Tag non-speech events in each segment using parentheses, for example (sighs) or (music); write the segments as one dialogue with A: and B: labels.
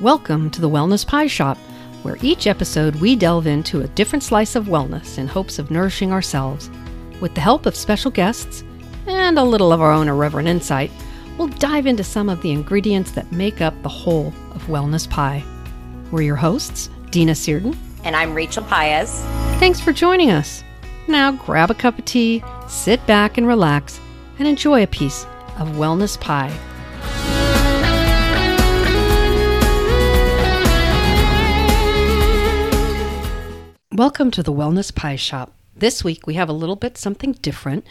A: Welcome to the Wellness Pie Shop, where each episode we delve into a different slice of wellness in hopes of nourishing ourselves. With the help of special guests and a little of our own irreverent insight, we'll dive into some of the ingredients that make up the whole of Wellness Pie. We're your hosts, Dina Seardon.
B: And I'm Rachel Paez.
A: Thanks for joining us. Now grab a cup of tea, sit back and relax, and enjoy a piece of Wellness Pie. Welcome to the Wellness Pie Shop. This week we have a little bit something different.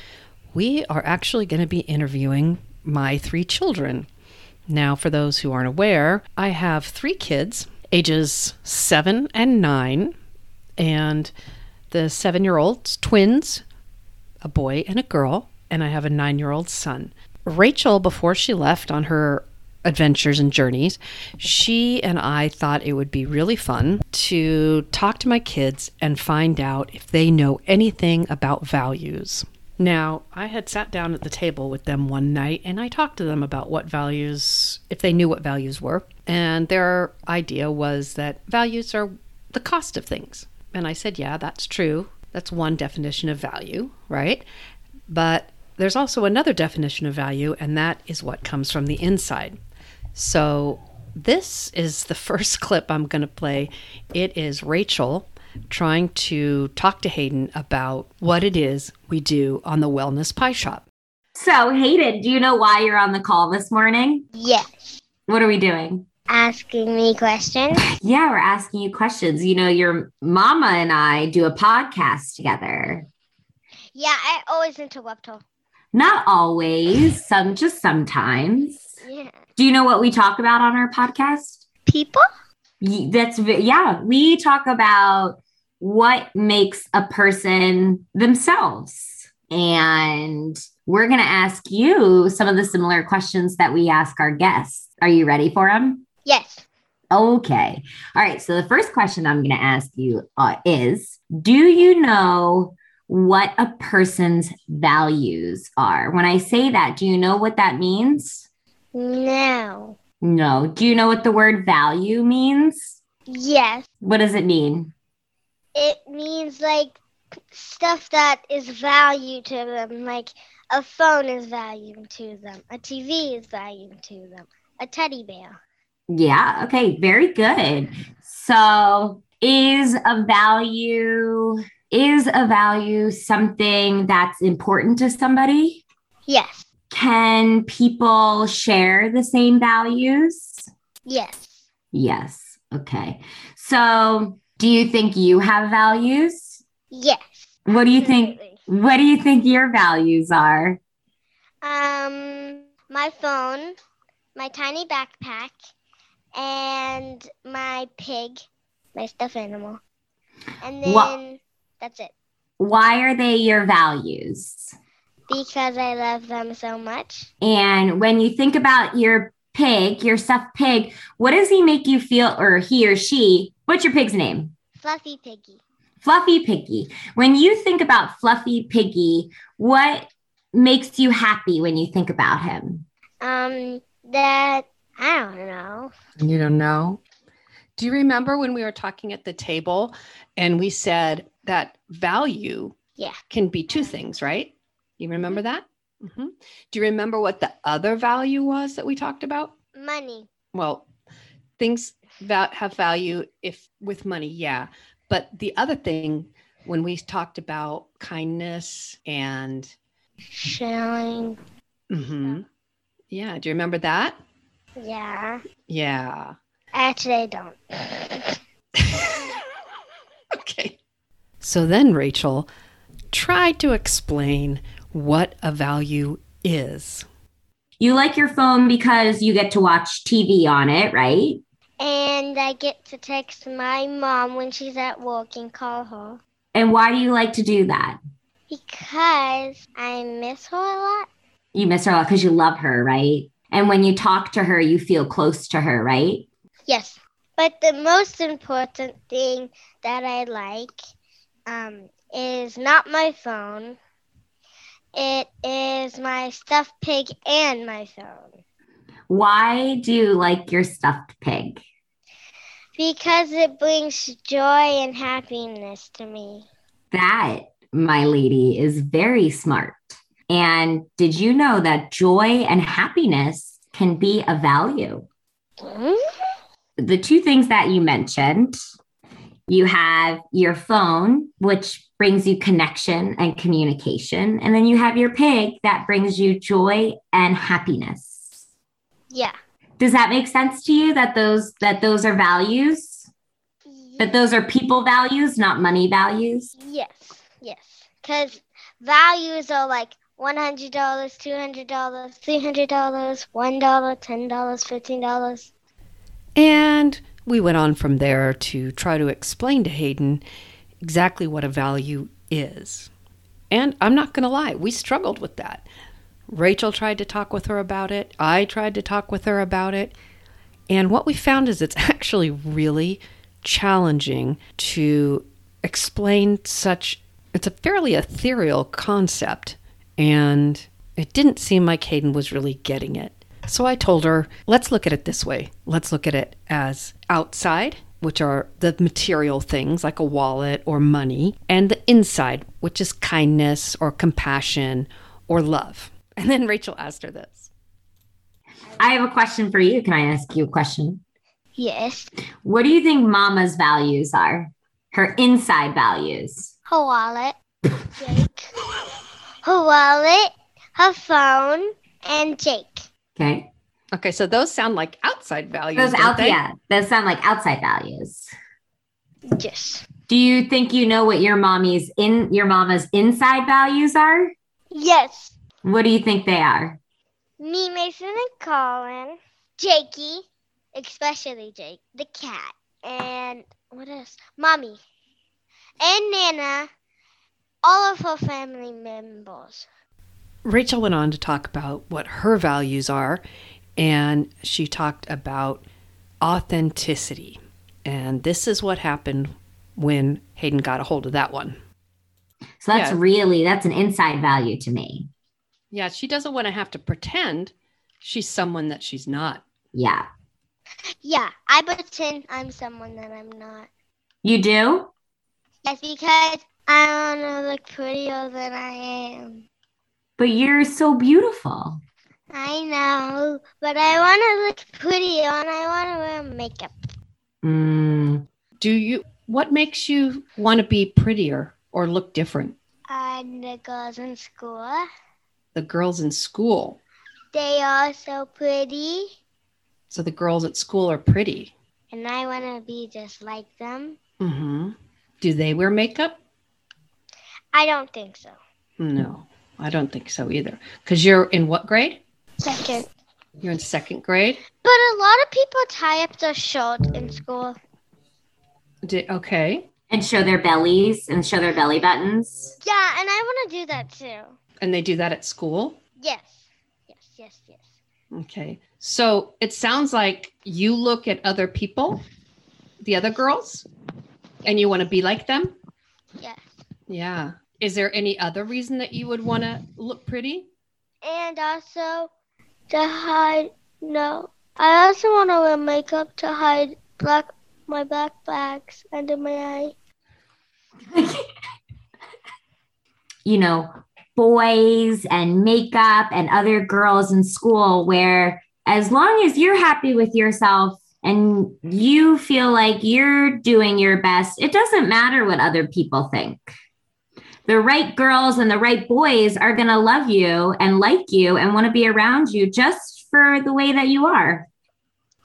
A: We are actually going to be interviewing my three children. Now, for those who aren't aware, I have three kids, ages seven and nine, and the seven year old's twins, a boy and a girl, and I have a nine year old son. Rachel, before she left on her adventures and journeys, she and I thought it would be really fun to talk to my kids and find out if they know anything about values. Now, I had sat down at the table with them one night and I talked to them about what values, if they knew what values were. And their idea was that values are the cost of things. And I said, yeah, that's true. That's one definition of value, right? But there's also another definition of value, and that is what comes from the inside. So, this is the (laughs) first clip I'm going to play. It is Rachel trying to talk to Hayden about what it is we do on the Wellness Pie Shop.
B: So, Hayden, do you know why you're on the call this morning?
C: Yes.
B: What are we doing?
C: Asking me questions.
B: Yeah, we're asking you questions. You know, your mama and I do a podcast together.
C: Yeah, I always interrupt her.
B: Not always, some just sometimes.
C: Yeah.
B: Do you know what we talk about on our podcast?
C: People?
B: Ye- That's ve- yeah, we talk about what makes a person themselves. And we're going to ask you some of the similar questions that we ask our guests. Are you ready for them?
C: Yes.
B: Okay. All right. So the first question I'm going to ask you uh, is Do you know what a person's values are? When I say that, do you know what that means?
C: No.
B: No. Do you know what the word value means?
C: Yes.
B: What does it mean?
C: It means like stuff that is value to them, like a phone is value to them, a TV is value to them, a teddy bear.
B: Yeah. Okay. Very good. So is a value. Is a value something that's important to somebody?
C: Yes.
B: Can people share the same values?
C: Yes.
B: Yes. Okay. So, do you think you have values?
C: Yes.
B: What do you think?
C: Absolutely.
B: What do you think your values are?
C: Um, my phone, my tiny backpack, and my pig, my stuffed animal. And then
B: Wha-
C: that's it.
B: Why are they your values?
C: Because I love them so much.
B: And when you think about your pig, your stuffed pig, what does he make you feel, or he or she? What's your pig's name?
C: Fluffy piggy.
B: Fluffy Piggy. When you think about Fluffy Piggy, what makes you happy when you think about him?
C: Um, that I don't know.
A: You don't know? Do you remember when we were talking at the table and we said that value
C: Yeah.
A: can be two things, right? You remember that? hmm Do you remember what the other value was that we talked about?
C: Money.
A: well things that have value if with money yeah but the other thing when we talked about kindness and
C: Shilling.
A: Mhm. yeah do you remember that
C: Yeah.
A: yeah (laughs)
C: Actually, I don't. (laughs)
A: okay so then rachel tried to explain what a value is
B: You like your phone because you get to watch TV on it, right?
C: And I get to text my mom when she's at work and call her.
B: And why do you like to do that?
C: Because I miss her a lot.
B: You miss her a lot because you love her, right? And when you talk to her, you feel close to her, right?
C: Yes. But the most important thing that I like um, is not my phone. It is my stuffed pig and my phone.
B: Why do you like your stuffed pig?
C: Because it brings joy and happiness to me.
B: That, my lady, is very smart. And did you know that joy and happiness can be a value?
C: Hmm?
B: The two things that you mentioned you have your phone, which brings you connection and communication. And then you have your pig that brings you joy and happiness.
C: Yeah.
B: Does that make sense to you that those that those are values? That those are people values, not money values?
C: Yes, yes. Because values are like $100, $200, $300, $1, $10, $15.
A: And we went on from there to try to explain to Hayden exactly what a value is. And I'm not going to lie, we struggled with that. Rachel tried to talk with her about it. I tried to talk with her about it. And what we found is it's (laughs) actually really challenging to explain such it's a fairly ethereal concept and it didn't seem like Hayden was really getting it. So I told her, let's look at it this way. Let's look at it as outside, which are the material things like a wallet or money, and the inside, which is kindness or compassion or love. And then Rachel asked her this.
B: I have a question for you. Can I ask you a question?
C: Yes.
B: What do you think mama's values are? Her inside values.
C: Her wallet. Jake. Her wallet, her phone, and Jake.
B: Okay.
A: Okay, so those sound like outside values.
B: Those
A: don't
B: out,
A: they?
B: yeah, those sound like outside values.
C: Yes.
B: Do you think you know what your mommy's in your mama's inside values are?
C: Yes.
B: What do you think they are?
C: Me, Mason, and Colin. Jakey, especially Jake, the cat. And what else? Mommy. And Nana. All of her family members.
A: Rachel went on to talk about what her values are, and she talked about authenticity. And this is what happened when Hayden got a hold of that one.
B: So that's
A: Yeah.
B: really that's an inside value to me.
A: Yeah, she doesn't want to have to pretend she's someone that she's not.
B: Yeah.
C: Yeah, I pretend I'm someone that I'm not.
B: You do?
C: That's because I want to look prettier than I am.
B: But you're so beautiful.
C: I know, but I want to look prettier and I want to wear makeup.
B: Mm,
A: Do you, what makes you want to be prettier or look different?
C: And the girls in school,
A: The girls in school.
C: they are so pretty.
A: So the girls at school are pretty.
C: and I want to be just like them?
A: Mm-hmm. Do they wear makeup?
C: I don't think so.
A: No, I don't think so either. Because you're in what grade?
C: Second.
A: You're in second grade.
C: But a lot of people tie up their shirt in school.
A: Did, okay.
B: and show their bellies and show their belly buttons.
C: Yeah, and I want to do that too.
A: And they do that at school.
C: Yes. Yes, yes, yes.
A: Okay. So it sounds like you look at other people, the other girls, and you want to be like them.
C: Yes.
A: Yeah. Is there any other reason that you would want to look pretty?
C: And also to hide. No. I also want to wear makeup to hide black my black bags under my eye.
B: you know, boys and makeup and other girls in school, where as long as you're happy with yourself and you feel like you're doing your best, it doesn't matter what other people think. The right girls and the right boys are going to love you and like you and want to be around you just for the way that you are,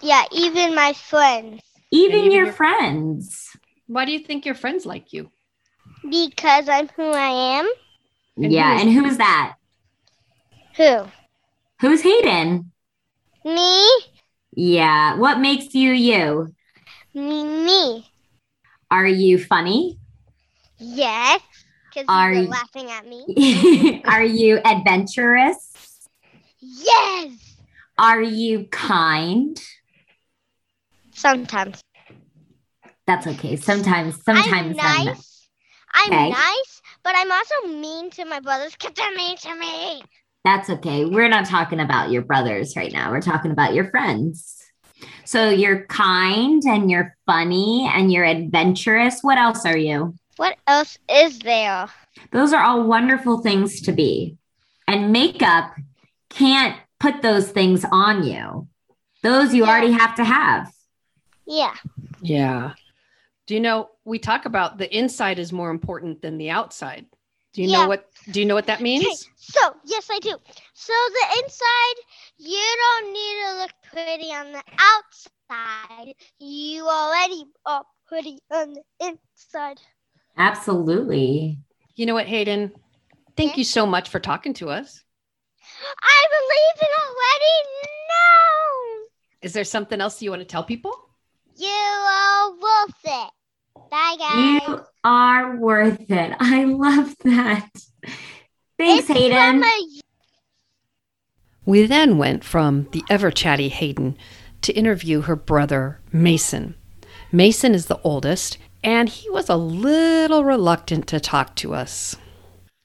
C: Yeah, even my friends.
B: even,
A: even
B: your,
A: your-
B: friends.
A: Why do you think your friends like you?
C: Because I'm who I am.
A: And
B: yeah.
A: who's-
B: and who's that?
C: Who?
B: Who's Hayden?
C: Me?
B: Yeah. What makes you you?
C: Me, me.
B: Are you funny?
C: Yes, because
B: Are
C: you
B: y-
C: were laughing at me.
B: (laughs) Are you adventurous?
C: Yes.
B: Are you kind?
C: Sometimes.
B: That's okay. Sometimes, sometimes.
C: I'm
B: I'm not.
C: nice. I'm
B: Okay.
C: nice, but I'm also mean to my brothers because they're mean to me.
B: That's okay. We're not talking about your brothers right now. We're talking about your friends. So you're kind and you're funny and you're adventurous. What else are you?
C: What else is there?
B: Those are all wonderful things to be. And makeup can't put those things on you. Those you
C: Yeah.
B: already have to have.
C: Yeah.
A: Yeah. Do you know we talk about the inside is more important than the outside? Do you
C: Yeah.
A: know what do you know what that
C: Okay,
A: means?
C: so yes, I do. So the inside, you don't need to look pretty on the outside. You already are pretty on the inside.
B: Absolutely.
A: You know what, Hayden? Thank you so much for talking to us.
C: I believe it already. No,
A: Is there something else you want to tell people?
C: you are worth it. Bye, guys.
B: You are worth it. I love that. Thanks,
C: It's
B: Hayden.
C: from a
A: We then went from the ever chatty Hayden to interview her brother, Mason. Mason is the oldest, and he was a little reluctant to talk to us.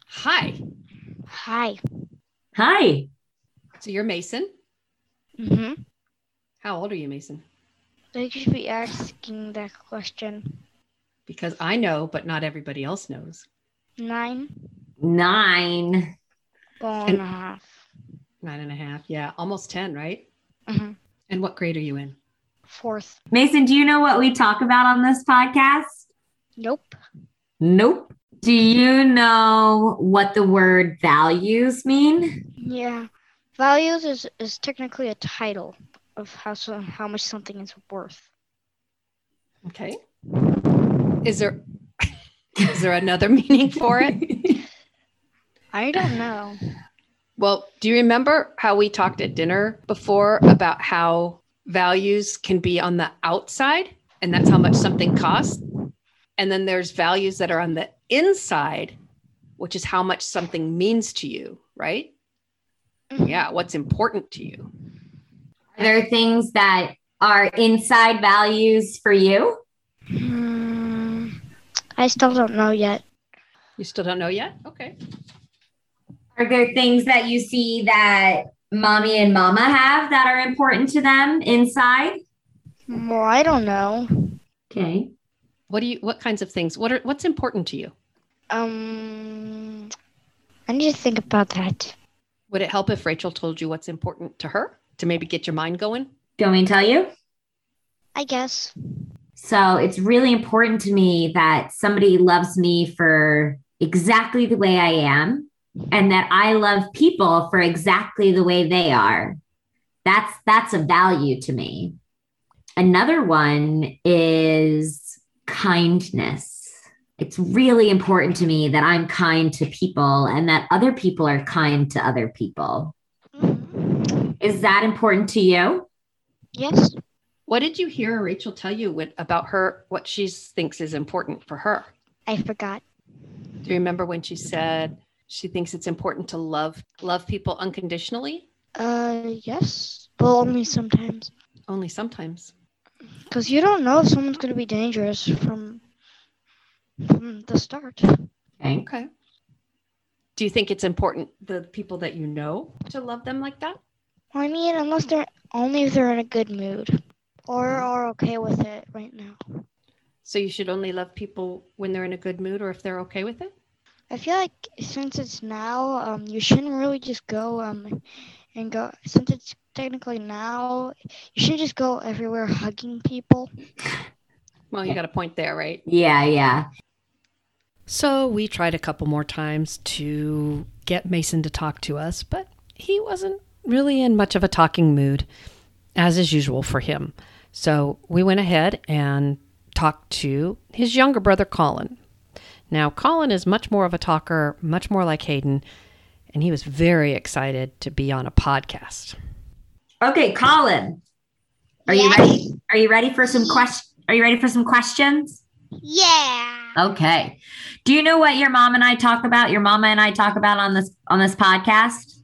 A: Hi.
C: Hi.
B: Hi.
A: So you're Mason.
C: Mm-hmm.
A: How old are you, Mason?
C: You should be asking that question.
A: Because I know, but not everybody else knows.
C: Nine,
B: Nine.
C: four
A: and
C: a half.
A: Nine and a half. Yeah, almost 10, right?
C: Mhm.
A: And what grade are you in?
C: Fourth.
B: Mason, do you know what we talk about on this podcast?
C: Nope.
B: Nope. Do you know what the word values mean?
C: Yeah. Values is, is technically a title of how so, how much something is worth.
A: Okay. Is there (laughs) is there another meaning for it? (laughs)
C: I don't know.
A: Well, do you remember how we talked at dinner before about how values can be on the outside and that's how much something costs? And then there's values that are on the inside, which is how much something means to you, right? Yeah, what's important to you.
B: Are there things that are inside values for you?
C: Hmm. I still don't know yet.
A: You still don't know yet? Okay.
B: Are there things that you see that mommy and mama have that are important to them inside?
C: Well, I don't know.
B: Okay.
A: What do you what kinds of things? What are what's important to you?
C: Um, I need to think about that.
A: Would it help if Rachel told you what's important to her to maybe get your mind going?
B: Do you want me to tell you?
C: I guess.
B: So it's really important to me that somebody loves me for exactly the way I am and that I love people for exactly the way they are. That's that's a value to me. Another one is kindness. It's really important to me that I'm kind to people and that other people are kind to other people. Is that important to you?
C: Mm-hmm. Yes.
A: What did you hear Rachel tell you what, about her, what she thinks is important for her?
C: I forgot.
A: Do you remember when she said she thinks it's important to love love people unconditionally?
C: Uh, yes. Well, only sometimes.
A: Only sometimes.
C: Because you don't know if someone's going to be dangerous from, from the start.
B: Okay.
A: Okay. Do you think it's important the people that you know to love them like that?
C: I mean, unless they're only if they're in a good mood or are okay with it right now.
A: So you should only love people when they're in a good mood or if they're okay with it?
C: I feel like since it's now, um, you shouldn't really just go um, and go. Since it's technically now, you should just go everywhere hugging people.
A: Well, you got a point there, right?
B: Yeah, yeah.
A: So we tried a couple more times to get Mason to talk to us, but he wasn't really in much of a talking mood, as is usual for him. So we went ahead and talked to his younger brother, Colin. Now, Colin is much more of a talker, much more like Hayden, and he was very excited to be on a podcast.
B: Okay, Colin. Are you
C: Yes.
B: ready? Are you ready for some question? Are you ready for some questions?
C: Yeah.
B: Okay. Do you know what your mom and I talk about? Your mama and I talk about on this on this podcast?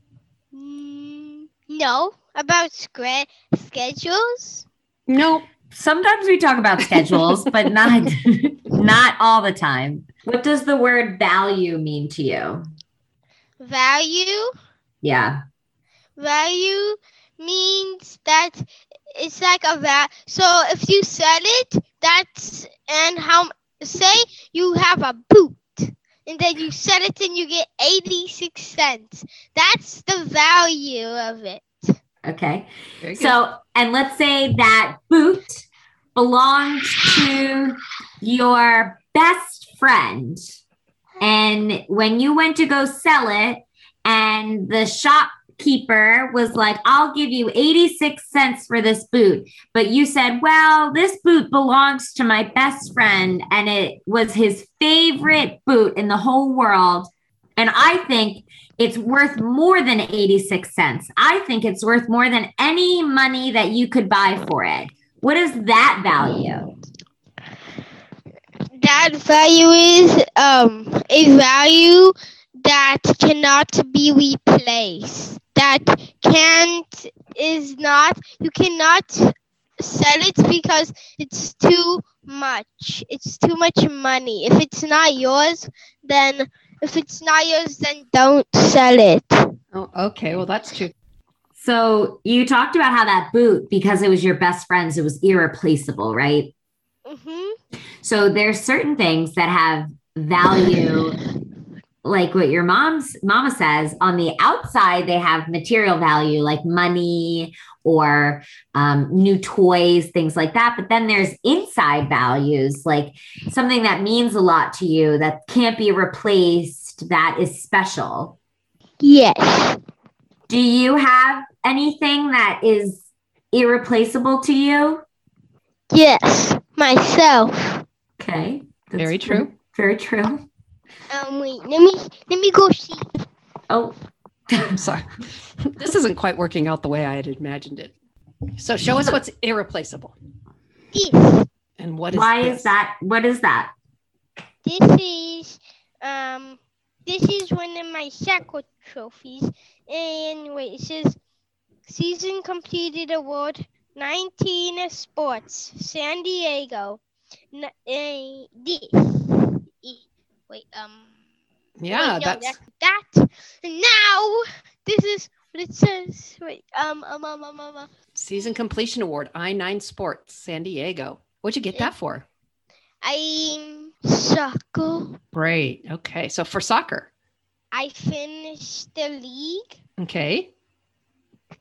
C: Mm, no, about scre- schedules.
A: No,
B: Sometimes we talk about (laughs) schedules, but not not all the time. What does the word value mean to you?
C: Value.
B: Yeah.
C: Value means that it's like a vat. So if you sell it, that's and how say you have a boot and then you sell it and you get 86 cents. That's the value of it.
B: Okay. So, and let's say that boot belonged to your best friend. And when you went to go sell it, and the shopkeeper was like, I'll give you 86 cents for this boot. But you said, Well, this boot belongs to my best friend, and it was his favorite boot in the whole world. And I think it's worth more than 86 cents. I think it's worth more than any money that you could buy for it. What is that value?
C: That value is um a value that cannot be replaced. That can't is not you cannot sell it because it's too much. It's too much money. If it's not yours, then if it's not yours, then don't sell it.
A: Oh, okay. Well, that's true.
B: So, you talked about how that boot, because it was your best friend's, it was irreplaceable, right?
C: hmm
B: So there's certain things that have value, like what your mom's mama says. On the outside, they have material value, like money or um, new toys, things like that. But then there's inside values, like something that means a lot to you that can't be replaced, that is special.
C: Yes.
B: Do you have anything that is irreplaceable to you?
C: Yes. Myself.
B: Okay.
A: Very true.
B: Very true.
C: Um. Wait. Let me. Let me go see.
B: Oh,
A: I'm sorry. (laughs) this isn't quite working out the way I had imagined it. So show us what's irreplaceable
C: This.
A: and what is
B: why
A: this?
B: is that? What is that?
C: This is. Um. This is one of my shackle trophies. And wait, it says season completed award 19 sports San Diego. N- eh, this. E- Wait. Um.
A: Yeah,
C: Wait, no,
A: that's
C: that, that. Now this is what it says. Wait, um, um, um, um, um, um.
A: season completion award, I9 Sports, San Diego. What'd you get that for?
C: I suckle.
A: Great. Okay. So for soccer.
C: I finished the league.
A: Okay.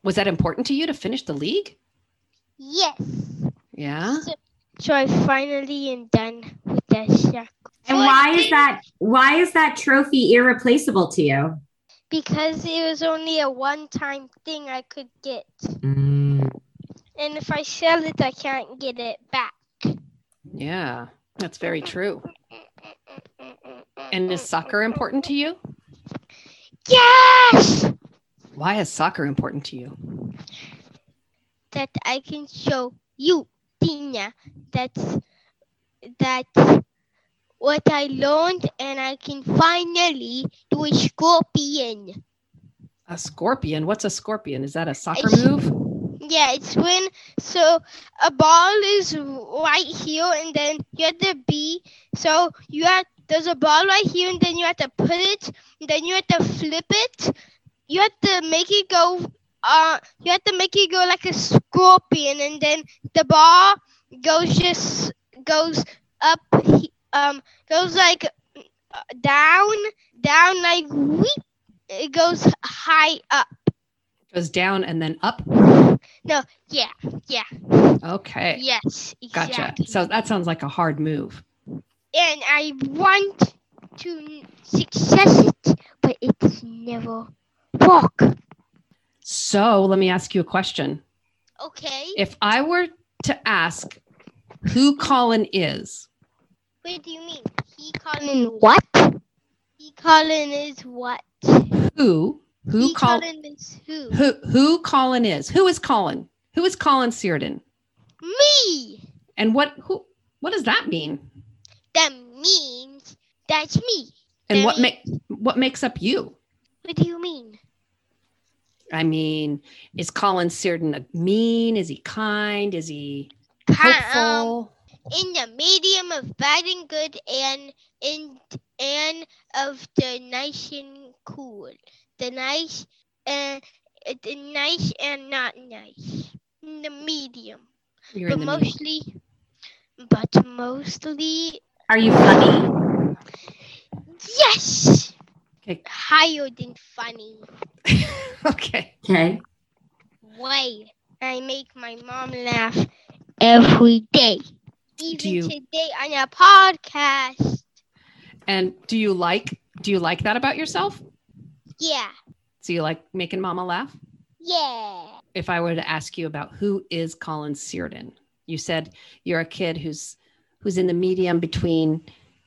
A: Was that important to you to finish the league?
C: Yes.
A: Yeah.
C: So, so I finally am done with that suckle.
B: And why is that? Why is that trophy irreplaceable to you?
C: Because it was only a one-time thing I could get,
B: Mm.
C: and if I sell it, I can't get it back.
A: Yeah. That's very true. And is soccer important to you?
C: Yes.
A: Why is soccer important to you?
C: that I can show you, Tina. That's that's what I learned, and I can finally do a scorpion.
A: A scorpion. What's a scorpion? Is that a soccer
C: It's-
A: move?
C: Yeah, it's when so a ball is right here, and then you have to be so you have there's a ball right here, and then you have to put it, and then you have to flip it. You have to make it go. Uh, you have to make it go like a scorpion, and then the ball goes just goes up. he- Um, goes like uh, down, down like weep. It goes high up.
A: Goes down and then up.
C: Yeah.
A: Okay.
C: Yes.
A: Gotcha.
C: Exactly.
A: So that sounds like a hard move.
C: and I want to success it, but it's never walk.
A: So let me ask you a question.
C: Okay.
A: If I were to ask who Colin is,
C: What do you mean? He Colin what? He Colin is what?
A: who who
C: he
A: Col-
C: Colin is who?
A: who who Colin is? Who is Colin? Who is Colin Seardon?
C: (laughs) Me.
A: And what who what does that mean?
C: That means that's me.
A: And
C: That
A: what
C: means-
A: make what makes up you?
C: What do you mean?
A: I mean, is Colin Seardon a mean? Is he kind? Is he
C: Kind, um,
A: hopeful?
C: in the medium of bad and good, and in and of the nice and uh, cool, the nice and the nice and not nice, in the medium,
A: You're
C: but
A: in the meeting.
C: mostly, but mostly,
B: Are you funny?
C: yes,
A: Okay.
C: higher than funny.
A: (laughs) okay.
B: Okay.
C: Way I make my mom laugh every day, even
A: you-
C: today on a podcast.
A: And do you like do you like that about yourself?
C: Yeah,
A: So you like making mama laugh?
C: yeah,
A: If I were to ask you about who is Colin Seardon, you said you're a kid who's who's in the medium between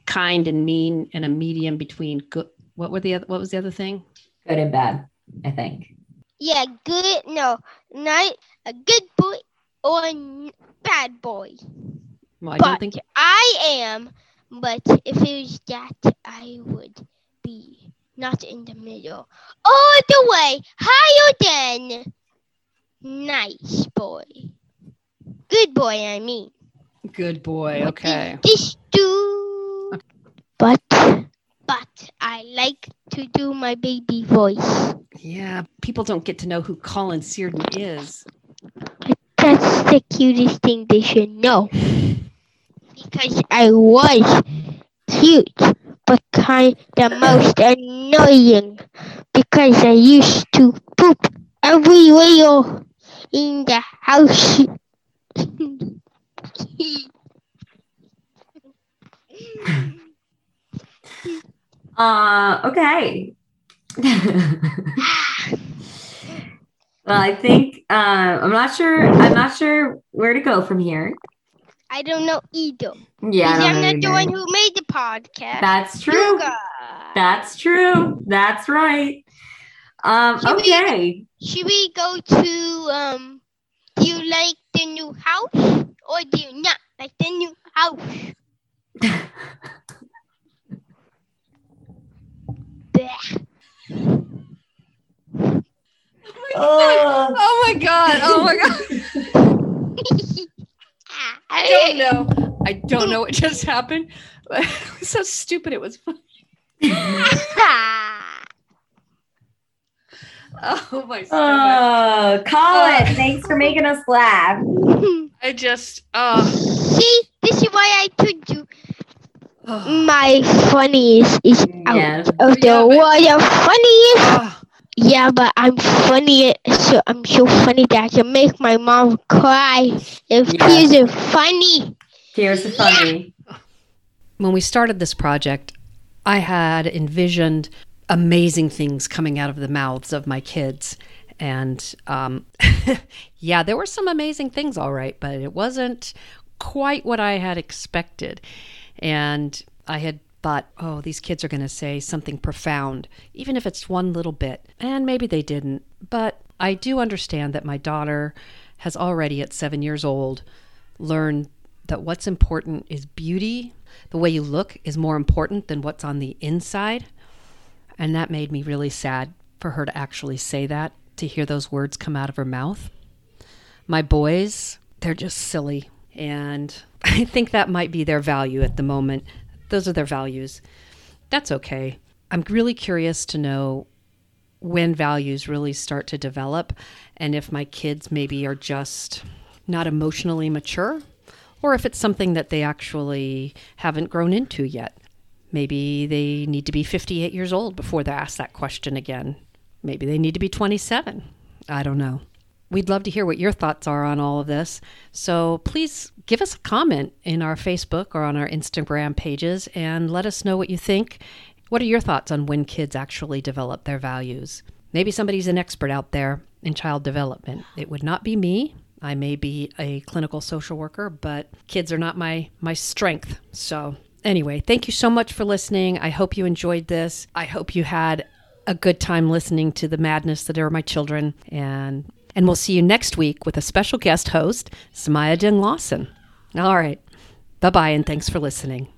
A: kind and mean and a medium between good what were the other what was the other thing?
B: Good and bad, I think.
C: yeah. Good, no, not a good boy or a n- bad boy.
A: Well, I
C: but
A: don't think
C: I am. But if it was that, I would be not in the middle, all the way higher than nice boy, good boy. I mean,
A: good boy. Okay.
C: this do. But but I like to do my baby voice.
A: Yeah, people don't get to know who Colin Seardon is.
C: That's the cutest thing they should know. Because I was cute, but kind the most annoying. Because I used to poop everywhere in the house.
B: Uh, okay. (laughs) well, I think uh, I'm not sure. I'm not sure where to go from here.
C: I don't know either.
B: Yeah, I don't know
C: because I'm not the one
B: either.
C: who made the podcast.
B: That's true.
C: Sugar.
B: That's true. That's right. Um,
C: Should we-
B: okay.
C: Should we go to um do you like the new house or do you not like the new house? Blech.
B: Oh,
A: Oh my god. Oh my god. (laughs) I don't
C: (laughs)
A: know. I don't know what just happened. (laughs) It was so stupid. It was (laughs) fun.
B: (laughs)
A: Oh my stomach.
B: oh, Colin, thanks for making us laugh.
A: I just
C: (sighs)
A: uh,
C: See, this is why I told you
A: uh,
C: my funniest is out
B: Yeah.
C: of the
A: Yeah, but-
C: world of funniest.
A: uh,
C: Yeah, but I'm funny. So I'm so funny that I can make my mom cry. If
B: Yeah.
C: she isn't funny,
B: Here's the funny.
A: when we started this project, I had envisioned amazing things coming out of the mouths of my kids. And um, (laughs) yeah, there were some amazing things, all right, but it wasn't quite what I had expected. And I had thought, oh, these kids are going to say something profound, even if it's one little bit. And maybe they didn't. But I do understand that my daughter has already, at seven years old, learned that what's important is beauty. The way you look is more important than what's on the inside. And that made me really sad for her to actually say that, to hear those words come out of her mouth. My boys, they're just silly. And (laughs) I think that might be their value at the moment. Those are their values. That's okay. I'm really curious to know when values really start to develop and if my kids maybe are just not emotionally mature or if it's something that they actually haven't grown into yet. Maybe they need to be 58 years old before they ask that question again. Maybe they need to be 27. I don't know. We'd love to hear what your thoughts are on all of this. So please give us a comment in our Facebook or on our Instagram pages and let us know what you think. What are your thoughts on when kids actually develop their values? Maybe somebody's an expert out there in child development. It would not be me. I may be a clinical social worker, but kids are not my my strength. So, anyway, thank you so much for listening. I hope you enjoyed this. I hope you had a good time listening to the madness that are my children and and we'll see you next week with a special guest host, Samaya Den Lawson. All right. Bye-bye and thanks for listening.